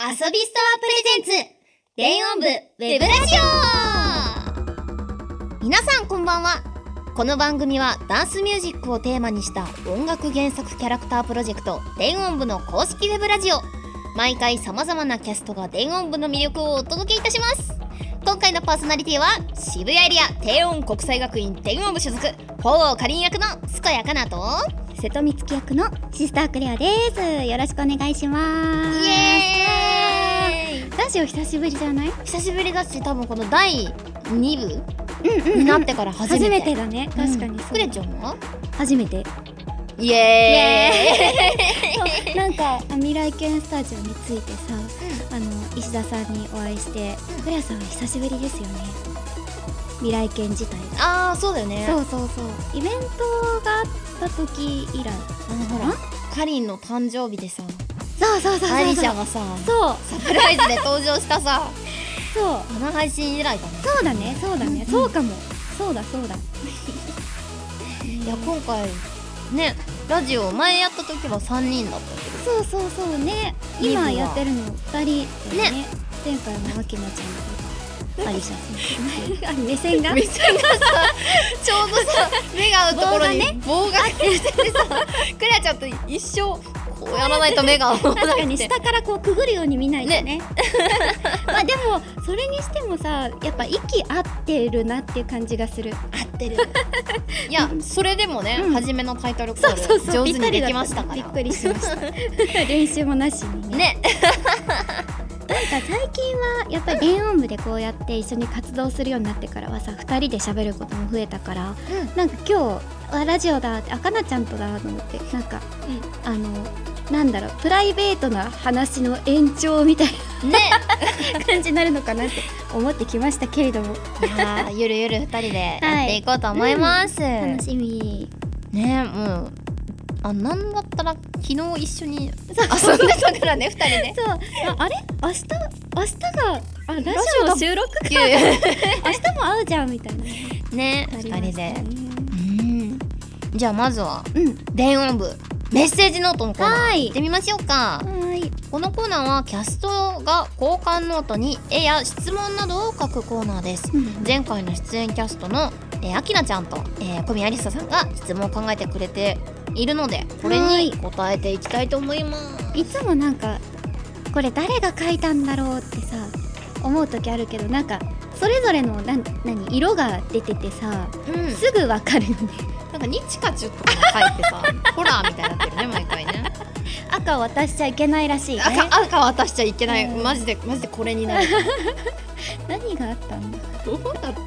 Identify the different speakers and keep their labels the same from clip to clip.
Speaker 1: 遊びストアプレゼンツ電音部ウェブラジオ皆さんこんばんはこの番組はダンスミュージックをテーマにした音楽原作キャラクタープロジェクト電音部の公式ウェブラジオ毎回様々なキャストが電音部の魅力をお届けいたします今回のパーソナリティは渋谷エリア低音国際学院電音部所属鳳凰かりん役の健やかなと
Speaker 2: 瀬戸光希役のシスタークレアですよろしくお願いします
Speaker 1: イエーイ
Speaker 2: ラジオ久しぶりじゃない
Speaker 1: 久しぶりだし多分この第2部
Speaker 2: うん
Speaker 1: になってから初めて,、
Speaker 2: だね
Speaker 1: うん
Speaker 2: 確かにそう
Speaker 1: クレちゃんは
Speaker 2: 初めて
Speaker 1: イエ
Speaker 2: そう なんか未来犬スタジオについてさあの石田さんにお会いしてクレアさんは久しぶりですよね未来犬自体
Speaker 1: ーイああそうだよね
Speaker 2: そうそうそうイベントがあった時以来
Speaker 1: あのほらかりんの誕生日でさ
Speaker 2: そうそうそうそう
Speaker 1: アリシャがさ
Speaker 2: そう
Speaker 1: サプライズで登場したさ
Speaker 2: そう
Speaker 1: あの配信以来だね
Speaker 2: そうだねそうだね、
Speaker 1: うん
Speaker 2: そうかもそうだ そうだい
Speaker 1: いや今回ねラジオ前やった時は3人だった け
Speaker 2: そうそうそうね
Speaker 1: いい部
Speaker 2: 今
Speaker 1: は
Speaker 2: やってるの2人だよね
Speaker 1: ね
Speaker 2: 前回もわきなちゃんとアリ シャさん目線が
Speaker 1: ど目線がさちょうどさ目が合うところに棒が入っててさクレアちゃんと一生こうやらないと目が合わない
Speaker 2: 確かに
Speaker 1: って
Speaker 2: 下からこうくぐるように見ないとね まあでもそれにしてもさやっぱ息合ってるなっていう感じがする
Speaker 1: 合ってるいやそれでもね、
Speaker 2: うん
Speaker 1: 初めのタイトルコ
Speaker 2: そうそう
Speaker 1: ー
Speaker 2: そう
Speaker 1: ル上
Speaker 2: ぴ
Speaker 1: 手に
Speaker 2: った
Speaker 1: で
Speaker 2: り
Speaker 1: き
Speaker 2: だ
Speaker 1: ま
Speaker 2: っ
Speaker 1: した
Speaker 2: た
Speaker 1: から
Speaker 2: びっくりしま した練習もなしにね
Speaker 1: ね
Speaker 2: なんか最近はやっぱり電音部でこうやって一緒に活動するようになってからはさ2人で喋ることも増えたからなんか今日あラジオだってあかなちゃんとだと思ってなんか、あのなんだろうプライベートな話の延長みたい
Speaker 1: ね
Speaker 2: な 感じになるのかなって思ってきましたけれども
Speaker 1: いやーゆるゆる二人でやっていこうと思います、
Speaker 2: 楽しみ
Speaker 1: ねもうあなんだったら昨日一緒に遊んでたからね二人で
Speaker 2: そうああれ明日明日があラジ
Speaker 1: オ
Speaker 2: オ
Speaker 1: だ
Speaker 2: 収録明日も会うじゃんみたいな
Speaker 1: ね
Speaker 2: あり
Speaker 1: 二
Speaker 2: まし
Speaker 1: 人
Speaker 2: た
Speaker 1: で
Speaker 2: ね
Speaker 1: うんじゃあまずは
Speaker 2: うん
Speaker 1: 電音部メッセージノートのコーナー
Speaker 2: はーい
Speaker 1: 行ってみましょうか
Speaker 2: はーい
Speaker 1: このコーナーはキャストが交換ノートに絵や質問などを書くコーナーです前回の出演キャストの、えー、あきなちゃんと、えー、小宮ありささんが質問を考えてくれているのでこれに答えていきたいと思います
Speaker 2: いつもなんかこれ誰が描いたんだろうってさ思う時あるけどなんかそれぞれのなん何色が出ててさ
Speaker 1: うん、
Speaker 2: すぐ わかるよね
Speaker 1: なんかニチカチュとか書いて さホラーみたいになってるね毎回ね
Speaker 2: 赤を渡しちゃいけないらしいね
Speaker 1: 赤赤渡しちゃいけない、
Speaker 2: うん
Speaker 1: マジでマジでこれになる
Speaker 2: 何があったんだ
Speaker 1: どうなったらこ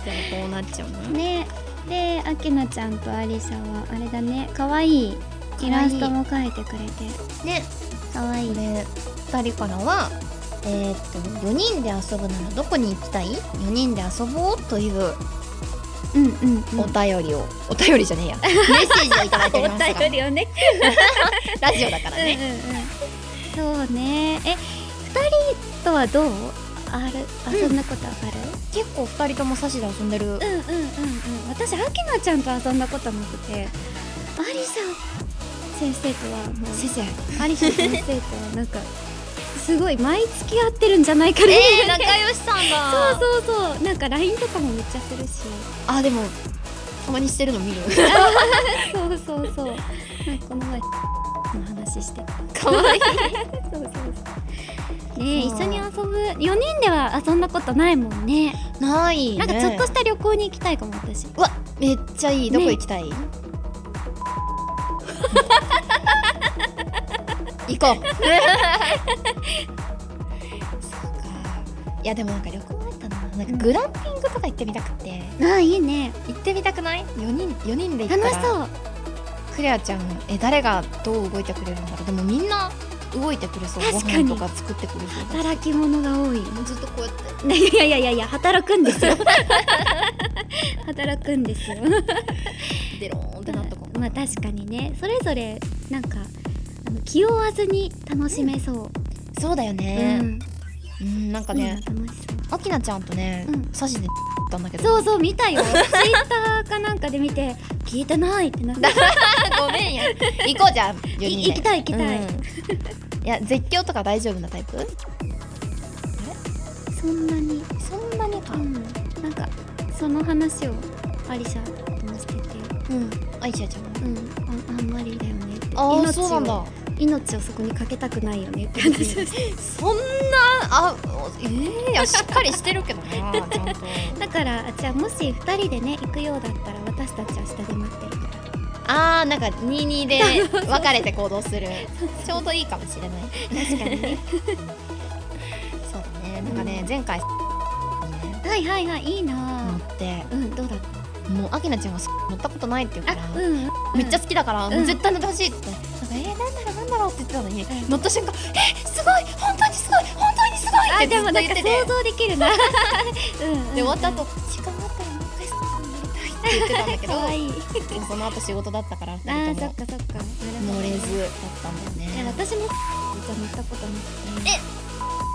Speaker 1: うなっちゃうの
Speaker 2: ねであきなちゃんとありさはあれだね可愛いイラストも描いてくれて
Speaker 1: ね
Speaker 2: 可愛
Speaker 1: こ
Speaker 2: い
Speaker 1: れ2人からはえーっと4人で遊ぶならどこに行きたい4人で遊ぼうという
Speaker 2: うんうん、うん、
Speaker 1: お便りを、お便りじゃねえやメッセージをいただいておりますが
Speaker 2: りよね
Speaker 1: ラジオだから
Speaker 2: うんうん
Speaker 1: ね。
Speaker 2: うんそうねえ二人とはどうあるあそんなことわかる、
Speaker 1: 結構二人ともサシで遊んでる
Speaker 2: う。んうんうんうん私あきなちゃんと遊んだことなくてありさ先生とはもう
Speaker 1: 先生。
Speaker 2: ありさ先生とはなんかすごい毎月会ってるんじゃないかね、
Speaker 1: えー、仲良しさんだ。う。
Speaker 2: そうそうそうなんか LINE とかもめっちゃするし
Speaker 1: あ、でも、たまにしてるの見る。
Speaker 2: そうそうそうなんかこの前の話してた
Speaker 1: かわいい。
Speaker 2: そうそうそうねえ
Speaker 1: そう
Speaker 2: 一緒に遊ぶ4人では遊んだことないもんね
Speaker 1: ない、ね。
Speaker 2: なんかちょっとした旅行に行きたいかも私
Speaker 1: うわ、めっちゃいい。どこ行き たい、行こう。そうか。いや、でもなんか旅行あったな。なんかグランピングとか行ってみたくて。
Speaker 2: ああいいね
Speaker 1: 行ってみたくない四人、四人で行った
Speaker 2: 楽
Speaker 1: ら
Speaker 2: しそう
Speaker 1: クレアちゃんえ誰がどう動いてくれるのかなでもみんな動いてくれそうご
Speaker 2: 確か
Speaker 1: 飯
Speaker 2: に
Speaker 1: とか作ってくれそうだし
Speaker 2: 働き者が多い
Speaker 1: もうずっとこうやって
Speaker 2: ねいやいやいやいや働くんで すよ働くんですよ
Speaker 1: デローンってなったかも、
Speaker 2: まあ確かにねそれぞれなんかあの気負わずに楽しめそう、
Speaker 1: そうだよ
Speaker 2: う
Speaker 1: ね
Speaker 2: ん
Speaker 1: うん、なんか
Speaker 2: いいな
Speaker 1: ね
Speaker 2: 楽し
Speaker 1: あきなちゃんとね、
Speaker 2: うん
Speaker 1: サジでたんだけど
Speaker 2: そうそうそう見たよツイッターかなんかで見て聞いてないってなって
Speaker 1: ごめんや行こうじゃん4人で
Speaker 2: い行きたい行きたい
Speaker 1: うんいや絶叫とか大丈夫なタイプ
Speaker 2: そんなに、
Speaker 1: そんなにか
Speaker 2: うん、なんかその話をアリシャともしてて
Speaker 1: うん愛ちゃちゃんも
Speaker 2: うんああんまりだよねって
Speaker 1: あ
Speaker 2: 命
Speaker 1: あ
Speaker 2: を
Speaker 1: そうなんだ
Speaker 2: 命をそこにかけたくないよねって話をして
Speaker 1: そんなあえーいやしっかりしてるけどな ちゃんと
Speaker 2: だからあじゃあもし2人でね行くようだったら私たちは下で待ってるから
Speaker 1: あーなんか22で 分かれて行動するちょうどいいかもしれない
Speaker 2: 確か にね
Speaker 1: そうだねなんかね、
Speaker 2: うん
Speaker 1: 前回にね
Speaker 2: はいはいはいいいな
Speaker 1: 乗
Speaker 2: あ
Speaker 1: って
Speaker 2: うんどうだった
Speaker 1: もうあきなちゃんが乗ったことないって言うから
Speaker 2: あうん
Speaker 1: めっちゃ好きだから、
Speaker 2: うん
Speaker 1: もう絶対乗ってほしいって言って、なんかえー、なんだろうなんだろうって言ってたのに、
Speaker 2: うん
Speaker 1: 乗った瞬間えー、すごい本当にすごい本当にすごいって
Speaker 2: あ
Speaker 1: ず
Speaker 2: で
Speaker 1: っ
Speaker 2: も
Speaker 1: と
Speaker 2: なん
Speaker 1: 言っ
Speaker 2: か
Speaker 1: て
Speaker 2: 想
Speaker 1: て
Speaker 2: 像でき るなうんうんうん
Speaker 1: で終わった後時間があったらもう一回スタッフに乗りたいって言ってた
Speaker 2: か
Speaker 1: ん
Speaker 2: わ
Speaker 1: だ
Speaker 2: いい
Speaker 1: けどでもその後仕事だったから
Speaker 2: あ
Speaker 1: 二
Speaker 2: ー
Speaker 1: 人
Speaker 2: そ
Speaker 1: と
Speaker 2: っ
Speaker 1: も
Speaker 2: かそっか
Speaker 1: 乗れず
Speaker 2: い
Speaker 1: だったんだよ
Speaker 2: や
Speaker 1: ね
Speaker 2: 私も実は乗ったことなくて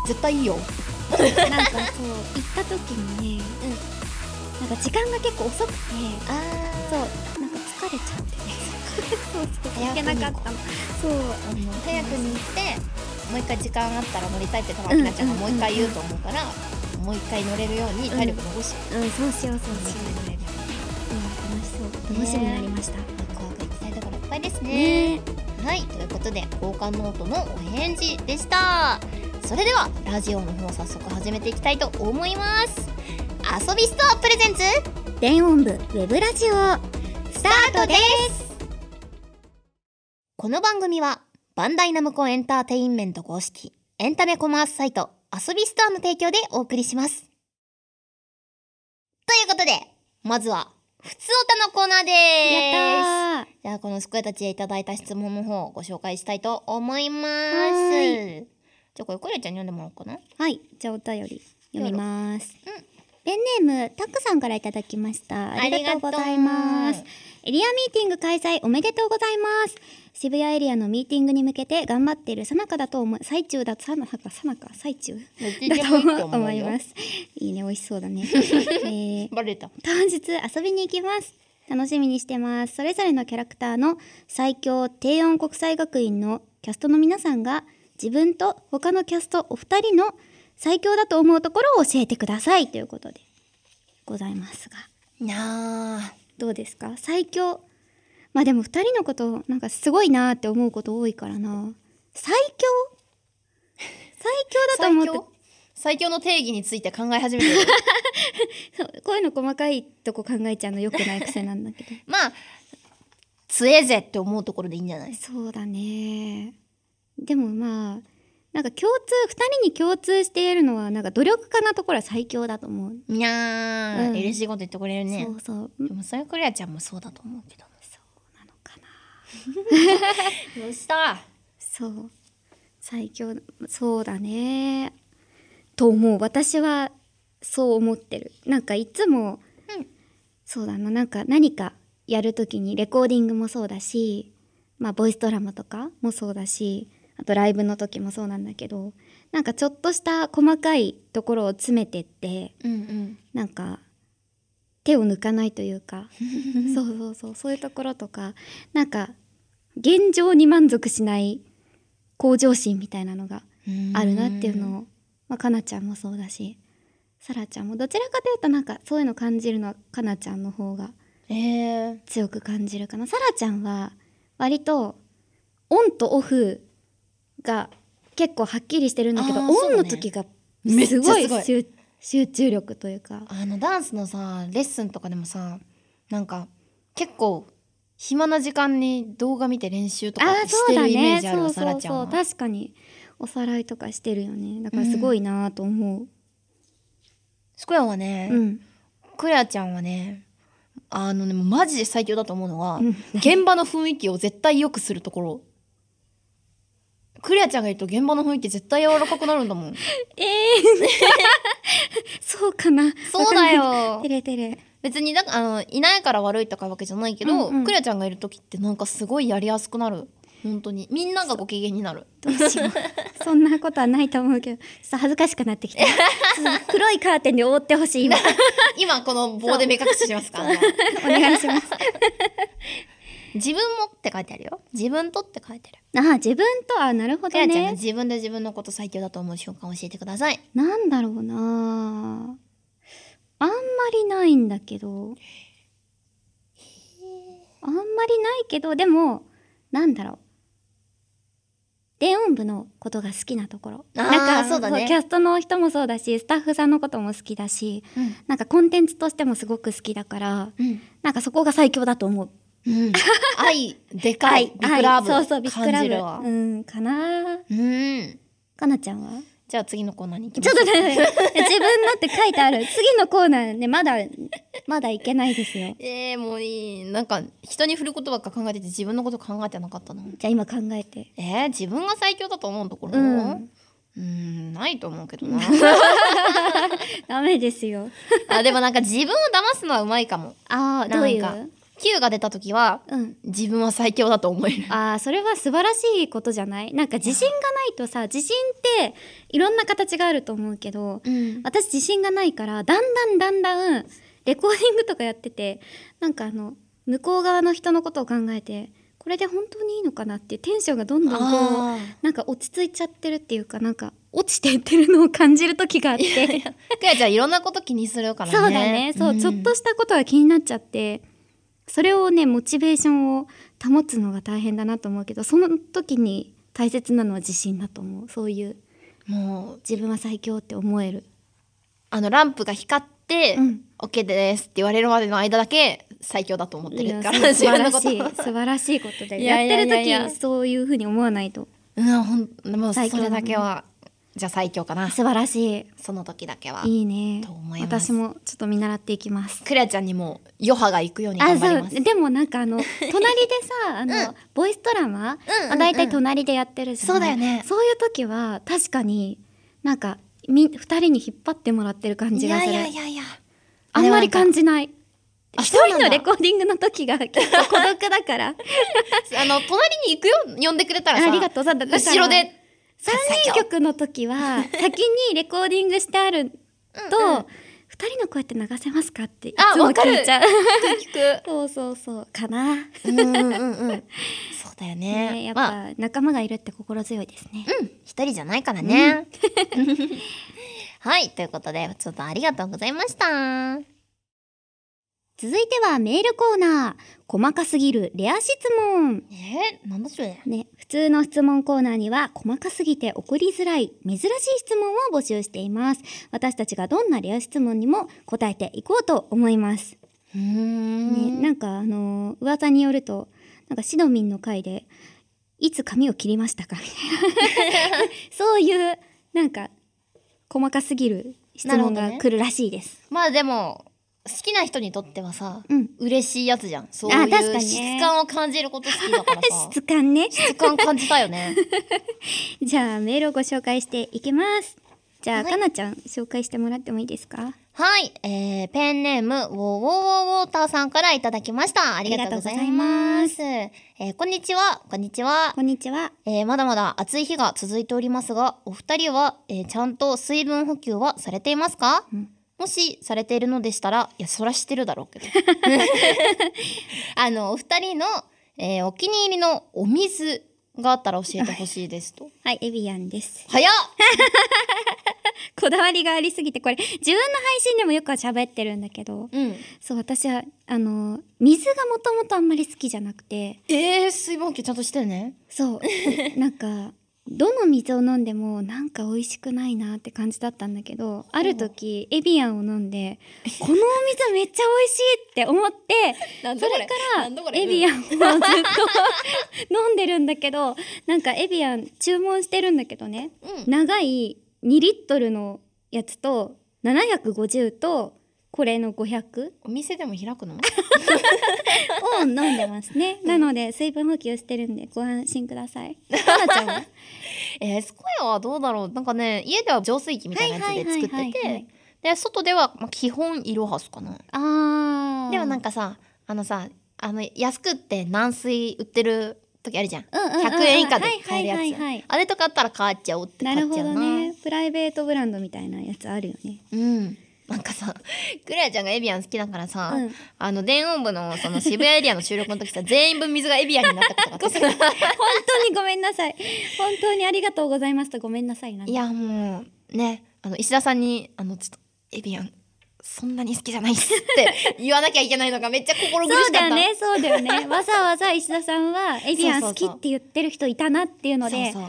Speaker 1: 絶対いいよ
Speaker 2: なんかそう行った時にね、なんか時間が結構遅くて
Speaker 1: ああ
Speaker 2: そうなんか疲れちゃってね そうそう
Speaker 1: 早く
Speaker 2: 行け
Speaker 1: に行こう
Speaker 2: なかったのそう
Speaker 1: 早くに行ってもう一回時間あったら乗りたいって多分あきなちゃんがもう一回言うと思うから、もう一回乗れるように体力残し
Speaker 2: うんそうしようそう
Speaker 1: て
Speaker 2: しよ
Speaker 1: 乗れるよ
Speaker 2: う、うん、楽しそう楽しみになりましたね
Speaker 1: うにワクワク行きたいところいっぱいですね
Speaker 2: え
Speaker 1: はい、ということで交換ノートのお返事でしたそれではラジオの方早速始めていきたいと思います遊びストアプレゼンツ
Speaker 2: 電音部ウェブラジオ
Speaker 1: スタートですこの番組はバンダイナムコエンターテインメント公式エンタメコマースサイト遊びストアの提供でお送りしますということでまずはふつおたのコーナーでーす
Speaker 2: やったー
Speaker 1: じゃあこのすくえたちへいただいた質問の方をご紹介したいと思います。
Speaker 2: は
Speaker 1: じゃあこれクレちゃんに読んでもらおうかな。
Speaker 2: はい、じゃあお便り読みます。
Speaker 1: うん
Speaker 2: ペンネームたくさんからいただきました。ありがとうござい
Speaker 1: あ
Speaker 2: ま
Speaker 1: り
Speaker 2: す
Speaker 1: がと。。
Speaker 2: エリアミーティング開催おめでとうございます。渋谷エリアのミーティングに向けて頑張っている最中だと思う最中ださなかさなか最中だと思いますす。いいね、美味しそう だね。えー
Speaker 1: バレた。
Speaker 2: 当日遊びに行きます楽しみにしてますそれぞれのキャラクターの最強低音国際学院のキャストの皆さんが自分と他のキャストお二人の最強だと思うところを教えてくださいということでございますが
Speaker 1: なあ。
Speaker 2: どうですか最強まあでも二人のことなんかすごいなーって思うこと多いからな最強最強だと思
Speaker 1: 最
Speaker 2: って
Speaker 1: 強最強の定義について考え始めて る。
Speaker 2: そうこういうの細かいとこ考えちゃうのよくない癖なんだけど
Speaker 1: まあ強えぜって思うところでいいんじゃない。
Speaker 2: そうだねでもまあなんか共通2人に共通しているのはなんか努力家なところは最強だと思う、
Speaker 1: にゃー、
Speaker 2: うん
Speaker 1: 嬉しいこと言ってくれるね
Speaker 2: そ。うそう
Speaker 1: でもそれクレアちゃんもそうだと思うけど。
Speaker 2: なのかな
Speaker 1: どうした。
Speaker 2: そう最強そうだねと思う私はそう思ってるなんかいつも、
Speaker 1: うん
Speaker 2: そうだななんか何かやるときにレコーディングもそうだしまあボイスドラマとかもそうだしあとライブの時もそうなんだけどなんかちょっとした細かいところを詰めてって
Speaker 1: うん
Speaker 2: なんか手を抜かないというか
Speaker 1: うん。
Speaker 2: そうそうそうそういうところとかなんか現状に満足しない向上心みたいなのがあるなっていうのを、まあ、かなちゃんもそうだしさらちゃんもどちらかというとなんかそういうの感じるのはかなちゃんの方が
Speaker 1: ええ
Speaker 2: 強く感じるかなさらちゃんは割とオンとオフが結構はっきりしてるんだけど、
Speaker 1: あーそうだ
Speaker 2: オン
Speaker 1: ね
Speaker 2: の時が
Speaker 1: めっち
Speaker 2: す
Speaker 1: ゃす
Speaker 2: ご
Speaker 1: ごい
Speaker 2: い集集中力というか
Speaker 1: あのダンスのさレッスンとかでもさなんか結構暇な時間に動画見て練習と
Speaker 2: あ
Speaker 1: か
Speaker 2: ー
Speaker 1: してるイメージあるわさらちゃんは
Speaker 2: 確かにおさらいとかしてるよねだからすごいなと思う
Speaker 1: スクエアはね、
Speaker 2: うん、
Speaker 1: クレアちゃんはねあのねもうマジで最強だと思うのが、
Speaker 2: うん
Speaker 1: 現場の雰囲気を絶対良くするところクレアちゃんがいると現場の雰囲気絶対柔らかくなるんだもん
Speaker 2: ええ そうかな
Speaker 1: そうだ
Speaker 2: わかんな
Speaker 1: よ
Speaker 2: いてれてれ
Speaker 1: 別になんかあのいないから悪いとかわけじゃないけど、
Speaker 2: うんうん
Speaker 1: クレアちゃんがいる時ってなんかすごいやりやすくなる本当にみんながご機嫌になる
Speaker 2: どうしようそんなことはないと思うけどちょっと恥ずかしくなって きたちょっと黒いカーテンで覆ってほしい今
Speaker 1: 今この棒で目隠ししますからね
Speaker 2: お願いします
Speaker 1: 自分もって書いてあるよ自分とって書いてる
Speaker 2: あ自分とあなるほ
Speaker 1: か
Speaker 2: ど
Speaker 1: やちゃんが
Speaker 2: ね
Speaker 1: 自分で自分のこと最強だと思う瞬間を教えてください
Speaker 2: なんだろうなああんまりないんだけどあんまりないけどでもなんだろう電音部のことが好きなところ
Speaker 1: あー
Speaker 2: なんか
Speaker 1: そうだね
Speaker 2: キャストの人もそうだしスタッフさんのことも好きだし
Speaker 1: うん
Speaker 2: なんかコンテンツとしてもすごく好きだから
Speaker 1: うん、
Speaker 2: なんかそこが最強だと思う
Speaker 1: うん、愛でかいビッグラブ
Speaker 2: はいそうそうビッグ
Speaker 1: 感じる
Speaker 2: ラ
Speaker 1: わ
Speaker 2: ブうんかな
Speaker 1: うん
Speaker 2: かなちゃんは
Speaker 1: じゃあ次のコーナーに行き
Speaker 2: ち
Speaker 1: ま
Speaker 2: ょ
Speaker 1: し
Speaker 2: っ
Speaker 1: ょ
Speaker 2: と
Speaker 1: う
Speaker 2: ね、自分のって書いてある。次のコーナーね、まだ、まだいけないですよ。
Speaker 1: えー、もういいなんか人に振ることばっか考えてて自分のこと考えてなかったな
Speaker 2: じゃあ今考えて。
Speaker 1: えー、自分が最強だと思うところ
Speaker 2: うん
Speaker 1: うーんないと思うけ どな
Speaker 2: ダメですよ。
Speaker 1: あでもなんか自分を騙すのはうまいかも
Speaker 2: あ
Speaker 1: なん
Speaker 2: あ、
Speaker 1: か
Speaker 2: どういう
Speaker 1: 9が出た時は
Speaker 2: うん。
Speaker 1: 自分は最強だと思える
Speaker 2: ああ、それは素晴らしいことじゃないなんか自信がないとさ、自信っていろんな形があると思うけど、
Speaker 1: うん
Speaker 2: 私自信がないから、だんだんだんだん、レコーディングとかやってて、なんかあの、向こう側の人のことを考えて、これで本当にいいのかなっていうテンションがどんどんこう、
Speaker 1: あ
Speaker 2: なんか落ち着いちゃってるっていうかなんか落ちていってるのを感じる時があって
Speaker 1: ーくやちゃんいろんなこと気にするからね
Speaker 2: そうだねそう、
Speaker 1: ん
Speaker 2: ちょっとしたことが気になっちゃってそれをねモチベーションを保つのが大変だなと思うけどその時に大切なのは自信だと思うそういう
Speaker 1: もう
Speaker 2: 自分は最強って思える
Speaker 1: あのランプが光って
Speaker 2: うん
Speaker 1: 「オッケーです」って言われるまでの間だけ最強だと思ってるから
Speaker 2: いや
Speaker 1: 自
Speaker 2: 素晴
Speaker 1: 分の
Speaker 2: ら
Speaker 1: こ
Speaker 2: し
Speaker 1: と
Speaker 2: い素晴らしいことで
Speaker 1: い
Speaker 2: や
Speaker 1: や
Speaker 2: っ
Speaker 1: いや
Speaker 2: て
Speaker 1: いやいや
Speaker 2: る時そういうふうに思わないと
Speaker 1: うんほんもうそ
Speaker 2: 最強
Speaker 1: れ
Speaker 2: だね
Speaker 1: だけはじゃあ最強かな
Speaker 2: 素晴らし
Speaker 1: その時だけはい
Speaker 2: いいね
Speaker 1: と思います
Speaker 2: 私もちょっと見習っていきます
Speaker 1: クレアちゃんにも余波が行くように
Speaker 2: あ
Speaker 1: 頑張り
Speaker 2: そ
Speaker 1: ます
Speaker 2: うでもなんか あの隣でさあの、ボイスドラマ、
Speaker 1: うんうんうん
Speaker 2: まあ、大体隣でやってるじゃん
Speaker 1: そうだよね
Speaker 2: そういう時は確かになんかみ2人に引っ張ってもらってる感じ
Speaker 1: い
Speaker 2: が
Speaker 1: や
Speaker 2: する
Speaker 1: いやいやいや
Speaker 2: あんまり感
Speaker 1: じ
Speaker 2: じない
Speaker 1: あ
Speaker 2: 一
Speaker 1: そうな
Speaker 2: 人
Speaker 1: んだ
Speaker 2: のレコーディングの時が結構孤独だから
Speaker 1: あの隣に行くよ呼んでくれたらさ
Speaker 2: ありがとうさだから
Speaker 1: 後ろで
Speaker 2: 三人曲の 時は先にレコーディングしてあると、
Speaker 1: うんうん
Speaker 2: 二人の声って流せますかってい
Speaker 1: あ
Speaker 2: つも聞いちゃう
Speaker 1: 聞く
Speaker 2: そうそうそうかな、
Speaker 1: うんうんうんうんそうだよね
Speaker 2: ねやっ
Speaker 1: まあ
Speaker 2: ぱ仲間がいるって心強いですね、
Speaker 1: うん一人じゃないからねはいということでちょっとありがとうございました
Speaker 2: 続いてはメールコーナー。細かすぎるレア質問。
Speaker 1: えー、なんだそれ
Speaker 2: ね、普通の質問コーナーには細かすぎて送りづらい珍しい質問を募集しています。私たちがどんなレア質問にも答えていこうと思います。
Speaker 1: うー
Speaker 2: ね、
Speaker 1: ん、
Speaker 2: なんかあのー噂によると、なんかシドミンの回で、いつ髪を切りましたかみたいな。 そういう、なんか、細かすぎる質問
Speaker 1: なるほど
Speaker 2: が
Speaker 1: ね
Speaker 2: 来るらしいです。
Speaker 1: まあでも好きな人にとってはさ
Speaker 2: うん。
Speaker 1: 嬉しいやつじゃんそうい
Speaker 2: あ確か
Speaker 1: う
Speaker 2: にね
Speaker 1: 質感を感じること好きだからさ
Speaker 2: 質感ね。
Speaker 1: 質感感じたよね
Speaker 2: じゃあメールをご紹介していきます。じゃあ、
Speaker 1: はい
Speaker 2: かなちゃん紹介してもらってもいいですか。
Speaker 1: はい、えー、ペンネームウォーウォーウォーウォーターさんからいただきましたありがとうございますえーこんにちはこんにちは
Speaker 2: こんにちは。
Speaker 1: えーまだまだ暑い日が続いておりますがお二人は、えーちゃんと水分補給はされていますか、
Speaker 2: うん
Speaker 1: もしされているのでしたらいやそらしてるだろうけど あのお二人の、えーお気に入りのお水があったら教えてほしいです と
Speaker 2: はい、エビアンです。
Speaker 1: 早っ
Speaker 2: こだわりがありすぎて、これ自分の配信でもよく喋ってるんだけど。
Speaker 1: うん
Speaker 2: そう、私は、あの、水がもともとあんまり好きじゃなくて。
Speaker 1: えー、水分補給ちゃんとしてね
Speaker 2: そう、なんか。どの水を飲んでもなんか美味しくないなって感じだったんだけどある時エビアンを飲 んでこのお水めっちゃ美味しいって思って
Speaker 1: なん
Speaker 2: そ
Speaker 1: だこれ
Speaker 2: れから
Speaker 1: なんだこれ
Speaker 2: エビアンをずっと 飲んでるんだけどなんかエビアン注文してるんだけどね
Speaker 1: うん
Speaker 2: 長い2リットルのやつと750とこれの500
Speaker 1: お店でも開くの
Speaker 2: を飲んでますねなので水分補給してるんでご安心くだ さいかなちゃんは
Speaker 1: えー、スコヤはどうだろうなんかね家では浄水器みたいなやつで作っ
Speaker 2: はいは
Speaker 1: て
Speaker 2: いはいはい
Speaker 1: てで外では、まあ、基本イロハスかな
Speaker 2: あ
Speaker 1: でもなん
Speaker 2: か
Speaker 1: かさあのさあの安くって軟水売ってる時あるじゃん
Speaker 2: うんうんうんうん
Speaker 1: 100円以下で買えるやつ、
Speaker 2: はいはいはいはい
Speaker 1: あれとかあったら買っちゃおうって
Speaker 2: な
Speaker 1: 買
Speaker 2: る
Speaker 1: っ
Speaker 2: ほ
Speaker 1: ちゃう
Speaker 2: ど
Speaker 1: な
Speaker 2: ねプライベートブランドみたいなやつあるよね
Speaker 1: うんなんかさ クレアちゃんがエビアン好きだからさ、
Speaker 2: うん
Speaker 1: あの電音部のその渋谷エリアの収録の 時さ全員分水がエビアンになったことがあってさ
Speaker 2: 本当にごめんなさい本当にありがとうございますとごめんなさいなんか
Speaker 1: いやもうねあの石田さんにあのちょっとエビアンそんなに好きじゃないっすって言わなきゃいけないのがめっちゃ心苦
Speaker 2: そう
Speaker 1: しか
Speaker 2: だ
Speaker 1: った
Speaker 2: よねそうだよ ねわざわざ石田さんはエビアン好きって言ってる人いたなっていうので
Speaker 1: そう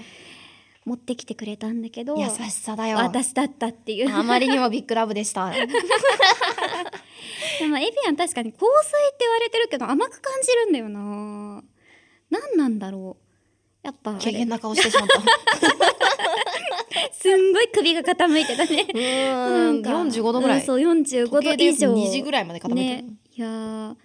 Speaker 2: 持ってきてくれたんだけど
Speaker 1: そう優しさだよ
Speaker 2: 私だったっていう
Speaker 1: あまりにもビッグラブでした
Speaker 2: でもエビアン確かに香水って言われてるけど甘く感じるんだよな何なんだろうやっぱあれ
Speaker 1: 軽減な顔してしま った
Speaker 2: すんごい首が傾いてたね
Speaker 1: うーん
Speaker 2: なんか
Speaker 1: 45度ぐら
Speaker 2: うん
Speaker 1: い
Speaker 2: そう45度以上
Speaker 1: 2時ぐらいまで固めて
Speaker 2: ねいやー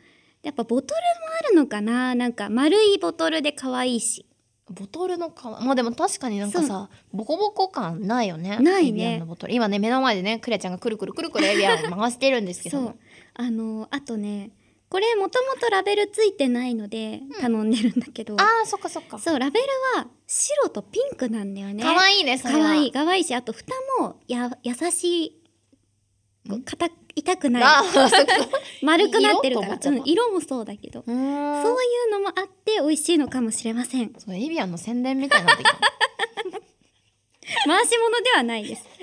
Speaker 2: やっぱボトルもあるのかななんか丸いボトルで可愛いし
Speaker 1: ボトルの皮まあでも確かになんかさボコボコ感ないよね
Speaker 2: な
Speaker 1: エ
Speaker 2: いね
Speaker 1: ビアンのボトル今ね目の前でねクレちゃんがくるくるくるくるエビアンを回してるんですけど
Speaker 2: そ
Speaker 1: も
Speaker 2: うあのーあとねこれもともとラベルついてないので頼んでるんだけど、
Speaker 1: あーそっかそっか
Speaker 2: そうラベルは白とピンクなんだよね
Speaker 1: 可愛いねそれは
Speaker 2: 可愛い可愛いしあと蓋もや優しいこう硬く痛くない
Speaker 1: あーそっか
Speaker 2: 丸くなってるか
Speaker 1: 色と思っ
Speaker 2: ら
Speaker 1: ちゃった
Speaker 2: うん色もそうだけど、
Speaker 1: うーん
Speaker 2: そういうのもあって美味しいのかもしれません
Speaker 1: そうエビアンの宣伝みたいになってき た
Speaker 2: 回し物ではないです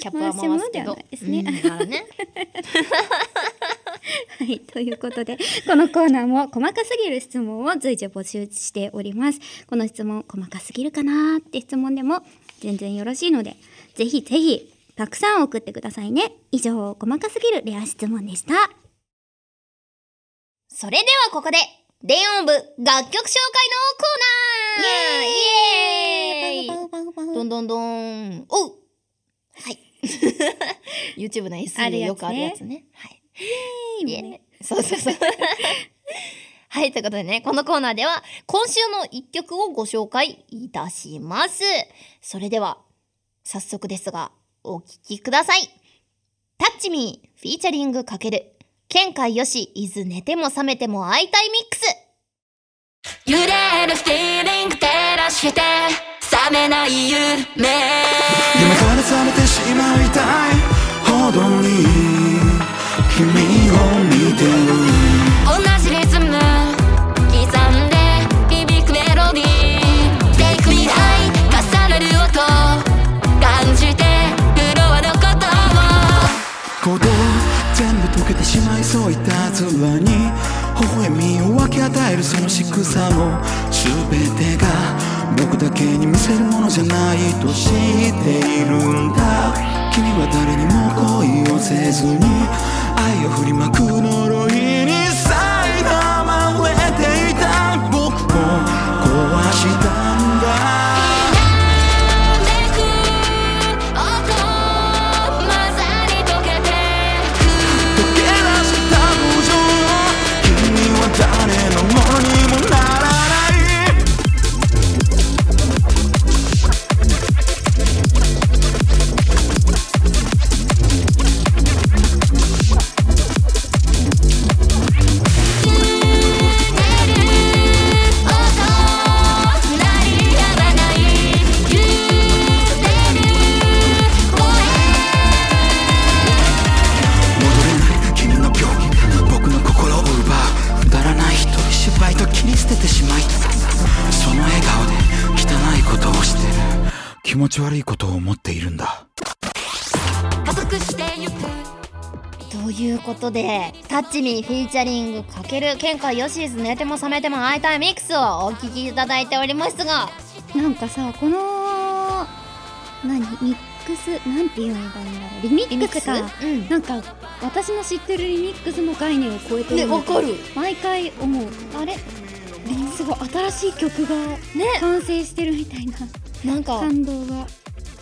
Speaker 1: キャップは回すけど
Speaker 2: 回し物ではないですね
Speaker 1: うんだから ね
Speaker 2: はい、ということで、このコーナーも細かすぎる質問を随時募集しております。この質問細かすぎるかなーって質問でも全然よろしいので、ぜひぜひたくさん送ってくださいね。以上、細かすぎるレア質問でした。
Speaker 1: それではここで電音部楽曲紹介のコーナーイエーイどんどんどーんおうはい YouTube の S
Speaker 2: ある
Speaker 1: で
Speaker 2: やつね
Speaker 1: よくあるやつねはい
Speaker 2: イエーイもね
Speaker 1: そうそうそう はいということでねこのコーナーでは今週の一曲をご紹介いたしますそれでは早速ですがお聴きくださいタッチミーフィーチャリングかける県海よし伊豆寝ても覚めても会いたいミックス
Speaker 3: 揺れるフィーリング照らして冷めない夢
Speaker 4: でも枯れされてしまいたいほどに君を見てる
Speaker 3: 同じリズム刻んで響くメロディー Take me high 重なる音感じてフロアのことを
Speaker 4: 鼓動全部溶けてしまいそういたずらに微笑みを分け与えるその仕草も全てが僕だけに見せるものじゃないと知っているんだ君は誰にも恋をせずに愛を振りまく呪いに苛まれていた僕を壊したんだ
Speaker 3: めく音混ざり溶けて
Speaker 4: 「溶け出した無情」「君は誰のもにもならない」
Speaker 3: 音鳴りやまない揺れる声
Speaker 4: 「戻れない君の病気」「僕の心を奪う」「くだらない人芝居と切り捨ててしまい」「その笑顔で汚いことをしてる」「気持ち悪いことを思っているんだ」
Speaker 3: 加速してゆく
Speaker 1: ということで、タッチミーフィーチャリングかける喧嘩ヨシーズ寝ても覚めても会いたいミックスをお聞きいただいておりますが、
Speaker 2: なんかさ、この、何ミックス、なんて言えばいいんだろう。リミックスか。
Speaker 1: うん。
Speaker 2: なんか、私の知ってるリミックスの概念を超えて
Speaker 1: ね、
Speaker 2: る。
Speaker 1: わかる。
Speaker 2: 毎回思うあれすごい新しい曲が完成してるみたいな
Speaker 1: なんか、
Speaker 2: 感動が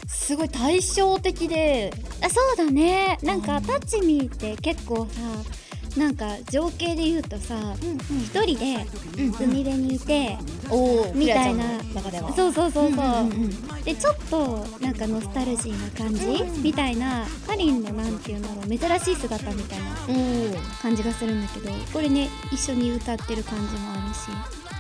Speaker 1: すごい対照的で、
Speaker 2: あそうだねなんか「タッチミー」って結構さなんか情景で言うとさ一、人で海辺にいて、
Speaker 1: おー、
Speaker 2: みたいな
Speaker 1: クラちゃんの中では。
Speaker 2: そうそうそうそう,、
Speaker 1: うんうんうん
Speaker 2: でちょっとなんかノスタルジーな感じ、みたいなかりんのなんていうんだろう珍しい姿みたいな
Speaker 1: うん。
Speaker 2: 感じがするんだけどこれね一緒に歌ってる感じもあるし。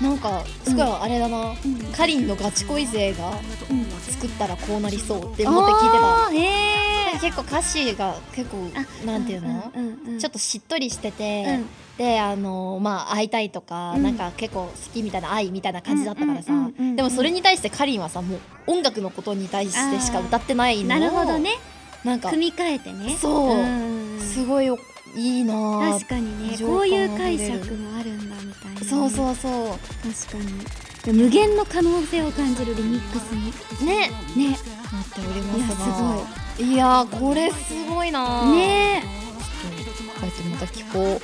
Speaker 1: なんか、すごいあれだな、
Speaker 2: ん
Speaker 1: かりんのガチ恋勢が
Speaker 2: うん
Speaker 1: 作ったらこうなりそうって思って聞いてた。
Speaker 2: あーへ
Speaker 1: 結構歌詞が結構
Speaker 2: あ
Speaker 1: なんていうの、
Speaker 2: うんうんうん
Speaker 1: ちょっとしっとりしてて、
Speaker 2: うん
Speaker 1: であのまあ会いたいとか、
Speaker 2: うん
Speaker 1: なんか結構好きみたいな愛みたいな感じだったからさ、
Speaker 2: うんうんうんうん
Speaker 1: でもそれに対してかりんはさもう音楽のことに対してしか歌ってないのを
Speaker 2: なるほどね
Speaker 1: なんか
Speaker 2: 組み替えてね
Speaker 1: そうんすごいよいいなぁ
Speaker 2: 確かにね
Speaker 1: 情感
Speaker 2: こう
Speaker 1: あふ
Speaker 2: い
Speaker 1: れ
Speaker 2: う
Speaker 1: る
Speaker 2: 解釈もあるんだみたいなね
Speaker 1: そうそうそ
Speaker 2: 確かに無限の可能性を感じるリミックスに
Speaker 1: うね
Speaker 2: ね
Speaker 1: なっておりますが
Speaker 2: いやすごい
Speaker 1: いやーこれすごいなぁ
Speaker 2: ね
Speaker 1: 帰ってまた聞こ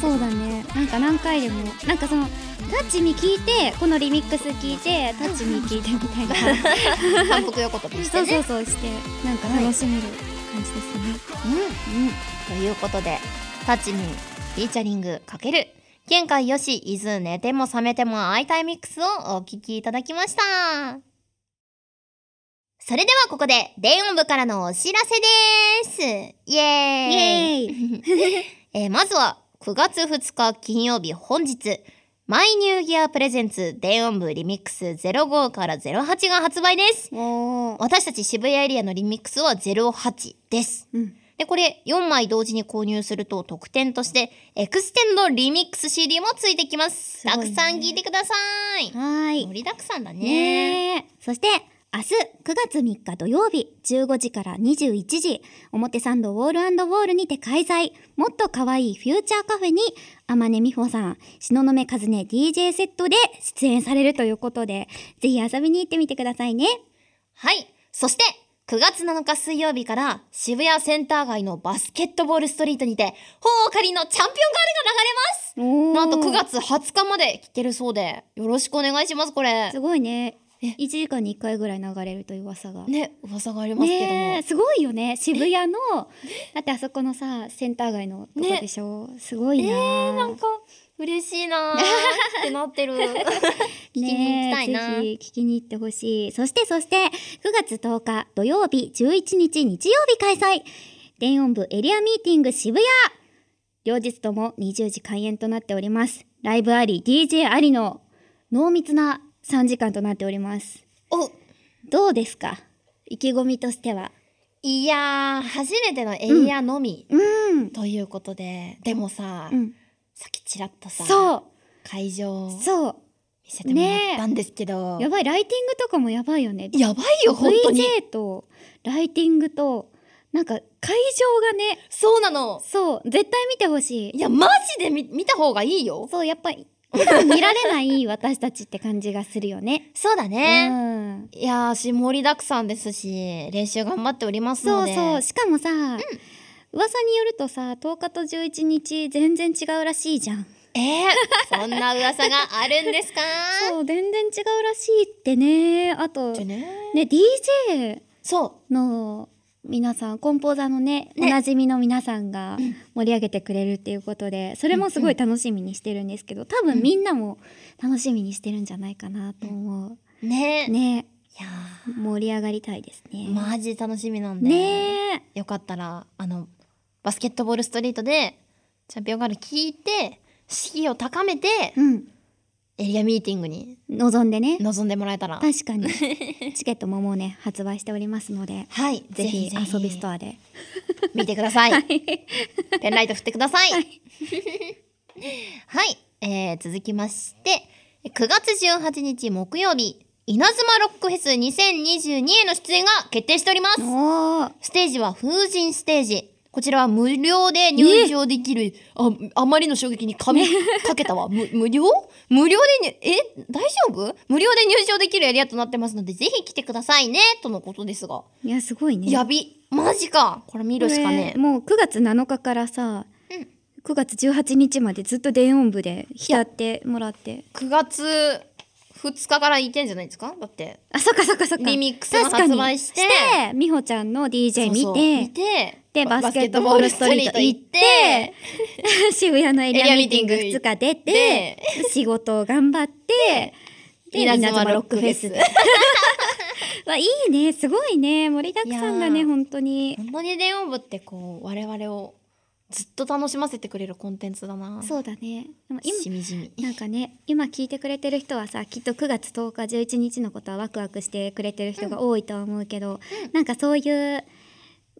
Speaker 2: そうだねなんか何回でもなんかそのタッチに聞いてこのリミックス聞いてタッチに聞いてみたいな
Speaker 1: う反復横跳びして
Speaker 2: そう
Speaker 1: ね
Speaker 2: そうそうしてなんか楽しめる感じですね、
Speaker 1: うん、ということで「タッチミー」フィーチャリングかける県海よし伊豆寝ても覚めても会いたいミックスをお聞きいただきましたそれではここで電音部からのお知らせですイエーイ
Speaker 2: イエーイ
Speaker 1: えーまずは9月2日金曜日本日マイニューギアプレゼンツ電音部リミックス05から08が発売です
Speaker 2: おー
Speaker 1: 私たち渋谷エリアのリミックスは08です
Speaker 2: うん
Speaker 1: で、これ4枚同時に購入すると特典としてエクステンドリミックス CD もついてきます。
Speaker 2: ごい
Speaker 1: た
Speaker 2: ね
Speaker 1: くさん聴いてください。
Speaker 2: はーい
Speaker 1: 盛りだくさんだね。
Speaker 2: ねえそして明日9月3日土曜日15時から21時表参道ウォールウォールにて開催もっと可愛いフューチャーカフェに天音美穂さん東雲和音 DJ セットで出演されるということでぜひ遊びに行ってみてくださいね
Speaker 1: はい。そして9月7日水曜日から渋谷センター街のバスケットボールストリートにて、ホーカリのチャンピオンガールが流れ
Speaker 2: お
Speaker 1: ます。なんと9月20日まで聴けるそうで、よろしくお願いします、これ
Speaker 2: す。ごいね
Speaker 1: え
Speaker 2: 1時間に1回ぐらい流れるという噂が
Speaker 1: ね、噂がありますけども。
Speaker 2: ねえすごいよね渋谷のだってあそこのさセンター街のとこ
Speaker 1: ね
Speaker 2: でしょ、すごいな
Speaker 1: えーなんか嬉しいな ーってなってる。聞きに行きたいな
Speaker 2: ねえぜひ聞きに行ってほしいそしてそして9月10日土曜日11日日曜日開催電音部エリアミーティング渋谷両日とも20時開演となっておりますライブあり DJ ありの濃密な3時間となっております
Speaker 1: お
Speaker 2: どうですか意気込みとしてはい
Speaker 1: やー初めてのエリアのみ、
Speaker 2: うん、
Speaker 1: ということででもさ、
Speaker 2: うん、
Speaker 1: さっきちらっとさ
Speaker 2: そう
Speaker 1: 会場を
Speaker 2: そう
Speaker 1: 見せてもらったんですけど、
Speaker 2: やばいライティングとかもやばいよね
Speaker 1: やばいよ本当に
Speaker 2: VJ とライティングとなんか会場がね
Speaker 1: そうなの
Speaker 2: そう絶対見てほし
Speaker 1: い
Speaker 2: い
Speaker 1: やマジで見見た方がいいよ
Speaker 2: そうやっぱり普段見られない私たちって感じがするよね
Speaker 1: そうだ
Speaker 2: う
Speaker 1: ね、
Speaker 2: ん、
Speaker 1: いやーし盛りだくさんですし練習頑張っております
Speaker 2: そ
Speaker 1: の
Speaker 2: う
Speaker 1: で
Speaker 2: そうしかもさ、噂によるとさ10日と11日全然違うらしいじゃん
Speaker 1: えー、そんな噂があるんです か
Speaker 2: そう全然違うらしいってねあと
Speaker 1: って
Speaker 2: ね
Speaker 1: ね
Speaker 2: DJ
Speaker 1: そ
Speaker 2: の皆さんコンポーザーのね
Speaker 1: ね
Speaker 2: おなじみの皆さんが盛り上げてくれるっていうことでそれもすごい楽しみにしてるんですけど多分みんなも楽しみにしてるんじゃないかなと思
Speaker 1: うね
Speaker 2: うね
Speaker 1: いや
Speaker 2: 盛り上がりたいですね
Speaker 1: ーマジ楽しみなんで
Speaker 2: ねえ
Speaker 1: よかったらあのバスケットボールストリートでチャンピオンガール聞いて士気を高めて
Speaker 2: うん
Speaker 1: エリアミーティングに
Speaker 2: 望んでね
Speaker 1: 臨んでもらえたら
Speaker 2: 確か にチケットももうね発売しておりますので
Speaker 1: はい
Speaker 2: ぜひ遊びスト
Speaker 1: ア
Speaker 2: アで
Speaker 1: 見てくださいペンライト振ってくださいはい、えー続きまして9月18日木曜日稲妻ロックフェス2022への出演が決定しております
Speaker 2: おー
Speaker 1: ステージは風神ステージ。こちらは無料で入場できる。あ、あまりの衝撃に髪かけた わ。無無料無料でに、え、大丈夫無料で入場できるエリアとなってますので、ぜひ来てくださいね、とのことですが。
Speaker 2: いやすごいね
Speaker 1: やび、マジか。これ見るしかね
Speaker 2: これ。もう9月7日からさ、
Speaker 1: うん
Speaker 2: 9月18日までずっと電音部で浸ってもらって
Speaker 1: 9月2日から行けんじゃないですかだって。
Speaker 2: あそっかそっかそっか
Speaker 1: リミックスが
Speaker 2: 確かに
Speaker 1: 発売して
Speaker 2: して美穂ちゃんの DJ 見
Speaker 1: そ
Speaker 2: て
Speaker 1: うそう見て
Speaker 2: でバスケットボールストリート行っ
Speaker 1: バスケットボールストリート行って
Speaker 2: 渋谷のエリアミーティング
Speaker 1: エリアミーティング
Speaker 2: 2日出て
Speaker 1: で
Speaker 2: 仕事を頑張ってで
Speaker 1: 稲
Speaker 2: 稲
Speaker 1: 妻
Speaker 2: 妻
Speaker 1: ロ
Speaker 2: ロ
Speaker 1: ック
Speaker 2: ック
Speaker 1: フ
Speaker 2: フ
Speaker 1: ェ
Speaker 2: ェ
Speaker 1: ス
Speaker 2: スわいいねすごいね盛りだくさんだ
Speaker 1: い
Speaker 2: ね
Speaker 1: やー
Speaker 2: 本当に
Speaker 1: 本当に電音部ってこう、我々をずっと楽しませてくれるコンテンツだな。
Speaker 2: そうだねでも今
Speaker 1: しみじみ。
Speaker 2: なんかね今聞いてくれてる人はさきっと9月10日11日のことはワクワクしてくれてる人が多いとは思うけど、なんかそういう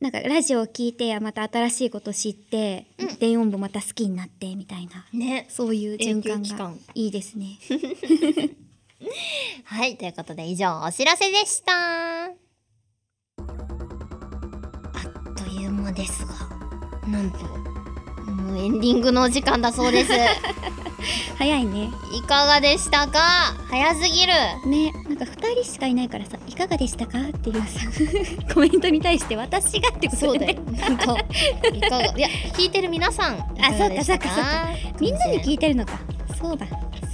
Speaker 2: なんかラジオを聞いてまた新しいこと知って、
Speaker 1: うん
Speaker 2: 電音部また好きになってみたいな
Speaker 1: ね
Speaker 2: そういう循
Speaker 1: 永久期
Speaker 2: 環が
Speaker 1: 間
Speaker 2: いいですね。
Speaker 1: はい、ということで以上お知らせでした。あっという間ですが、なんと、もうエンディングのお時間だそう です。
Speaker 2: 早いね。
Speaker 1: いかがでしたか早すぎる。
Speaker 2: ねなんか2人しかいないからさ「いかがでしたか?」っていうさ コメントに対して私がってこと
Speaker 1: そう
Speaker 2: で、
Speaker 1: だよ
Speaker 2: ね、。
Speaker 1: なんか、いかが、いや、聞いてる皆さん、いがでした
Speaker 2: そうかそうかそうみんなで聞いてるのかそうだ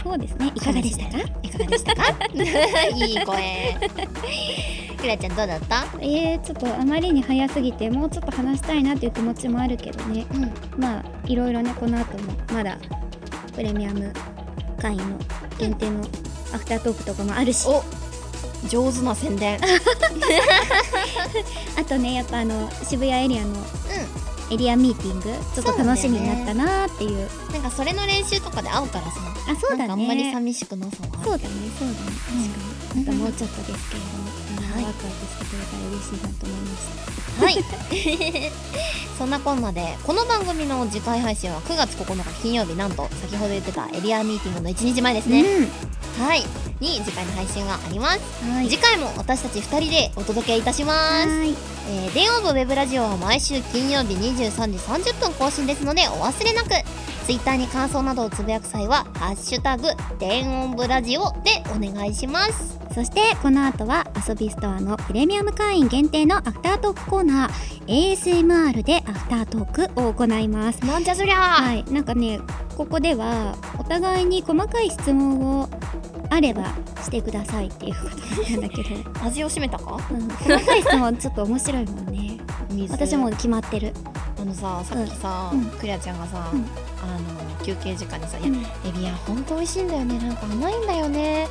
Speaker 2: そうですねいかがでしたか
Speaker 1: いかがでしたか いい 声。くらちゃんどうだった
Speaker 2: えー、ちょっとあまりに早すぎてもうちょっと話したいなという気持ちもあるけどね
Speaker 1: うん。
Speaker 2: まあいろいろねこの後もまだプレミアム会員の限定のアフタートークとかもあるし
Speaker 1: お上手な宣伝。
Speaker 2: あとねやっぱあの渋谷エリアの
Speaker 1: う
Speaker 2: エリアミーティングちょっと楽しみになったなーっていう
Speaker 1: ん。なんかそれの練習とかで会うからさ。
Speaker 2: あそう
Speaker 1: な
Speaker 2: だね
Speaker 1: んかあんまり寂しくなさ
Speaker 2: そう
Speaker 1: は
Speaker 2: だね、そうだね、確かに。あともうちょっとですけれども、あ
Speaker 1: はい
Speaker 2: のワクワクしてくれたら嬉しいなと思いま
Speaker 1: い。
Speaker 2: した。
Speaker 1: はい。そんなこんなで、この番組の次回配信は9月9日金曜日、なんと先ほど言ってたエリアミーティングの1日前ですね。はい。に次回の配信があります。
Speaker 2: うん、はい。
Speaker 1: 次回も私たち2人でお届けいたします。
Speaker 2: はい、
Speaker 1: えー、電音部ウェブラジオは毎週金曜日23時30分更新ですのでお忘れなく Twitter に感想などをつぶやく際は「ハッシュタグ電音部ラジオ」でお願いします
Speaker 2: そしてこの後は遊びストアのプレミアム会員限定のアフタートークコーナー ASMR でアフタートークを行います。
Speaker 1: なんじゃそりゃは、
Speaker 2: はいい、なんかねここではお互いに細かい質問をあればしてくださいっていうことなんだけ ど、
Speaker 1: 味を占めたか
Speaker 2: うん、細かい質問ちょっと面白いもんね。私はもう決まってる。
Speaker 1: あのささっきさ、
Speaker 2: うん
Speaker 1: クレアちゃんがさ、
Speaker 2: うん
Speaker 1: あの休憩時間にさ「いや
Speaker 2: うん
Speaker 1: エビアほんと美味しいんだよねなんか甘いんだよね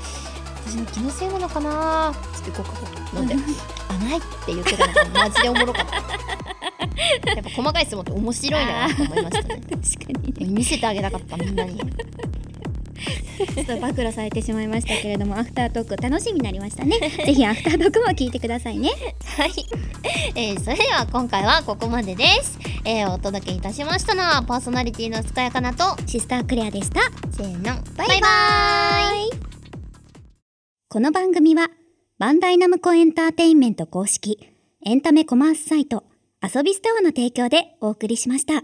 Speaker 1: 私の気のせいなのかな」つってごくごく飲んで「甘い」って言ってたのがマジでおもろかったやっぱ細かい質問って面白いなと思いましたね
Speaker 2: 確かにね。
Speaker 1: 見せてあげたかったみんなに
Speaker 2: ちょっと暴露されてしまいましたけれどもアフタートーク楽しみになりま したねぜひアフタートークも聞いてくださいね
Speaker 1: はい、えーそれでは今回はここまでです、えーお届けいたしましたのはパーソナリティのすかやかなと
Speaker 2: シスタークレアでした
Speaker 1: せーのバイバ
Speaker 2: バイバ
Speaker 1: ーイ
Speaker 2: この番組はバンダイナムコエンターテインメント公式エンタメコマースサイト遊びスタアの提供でお送りしました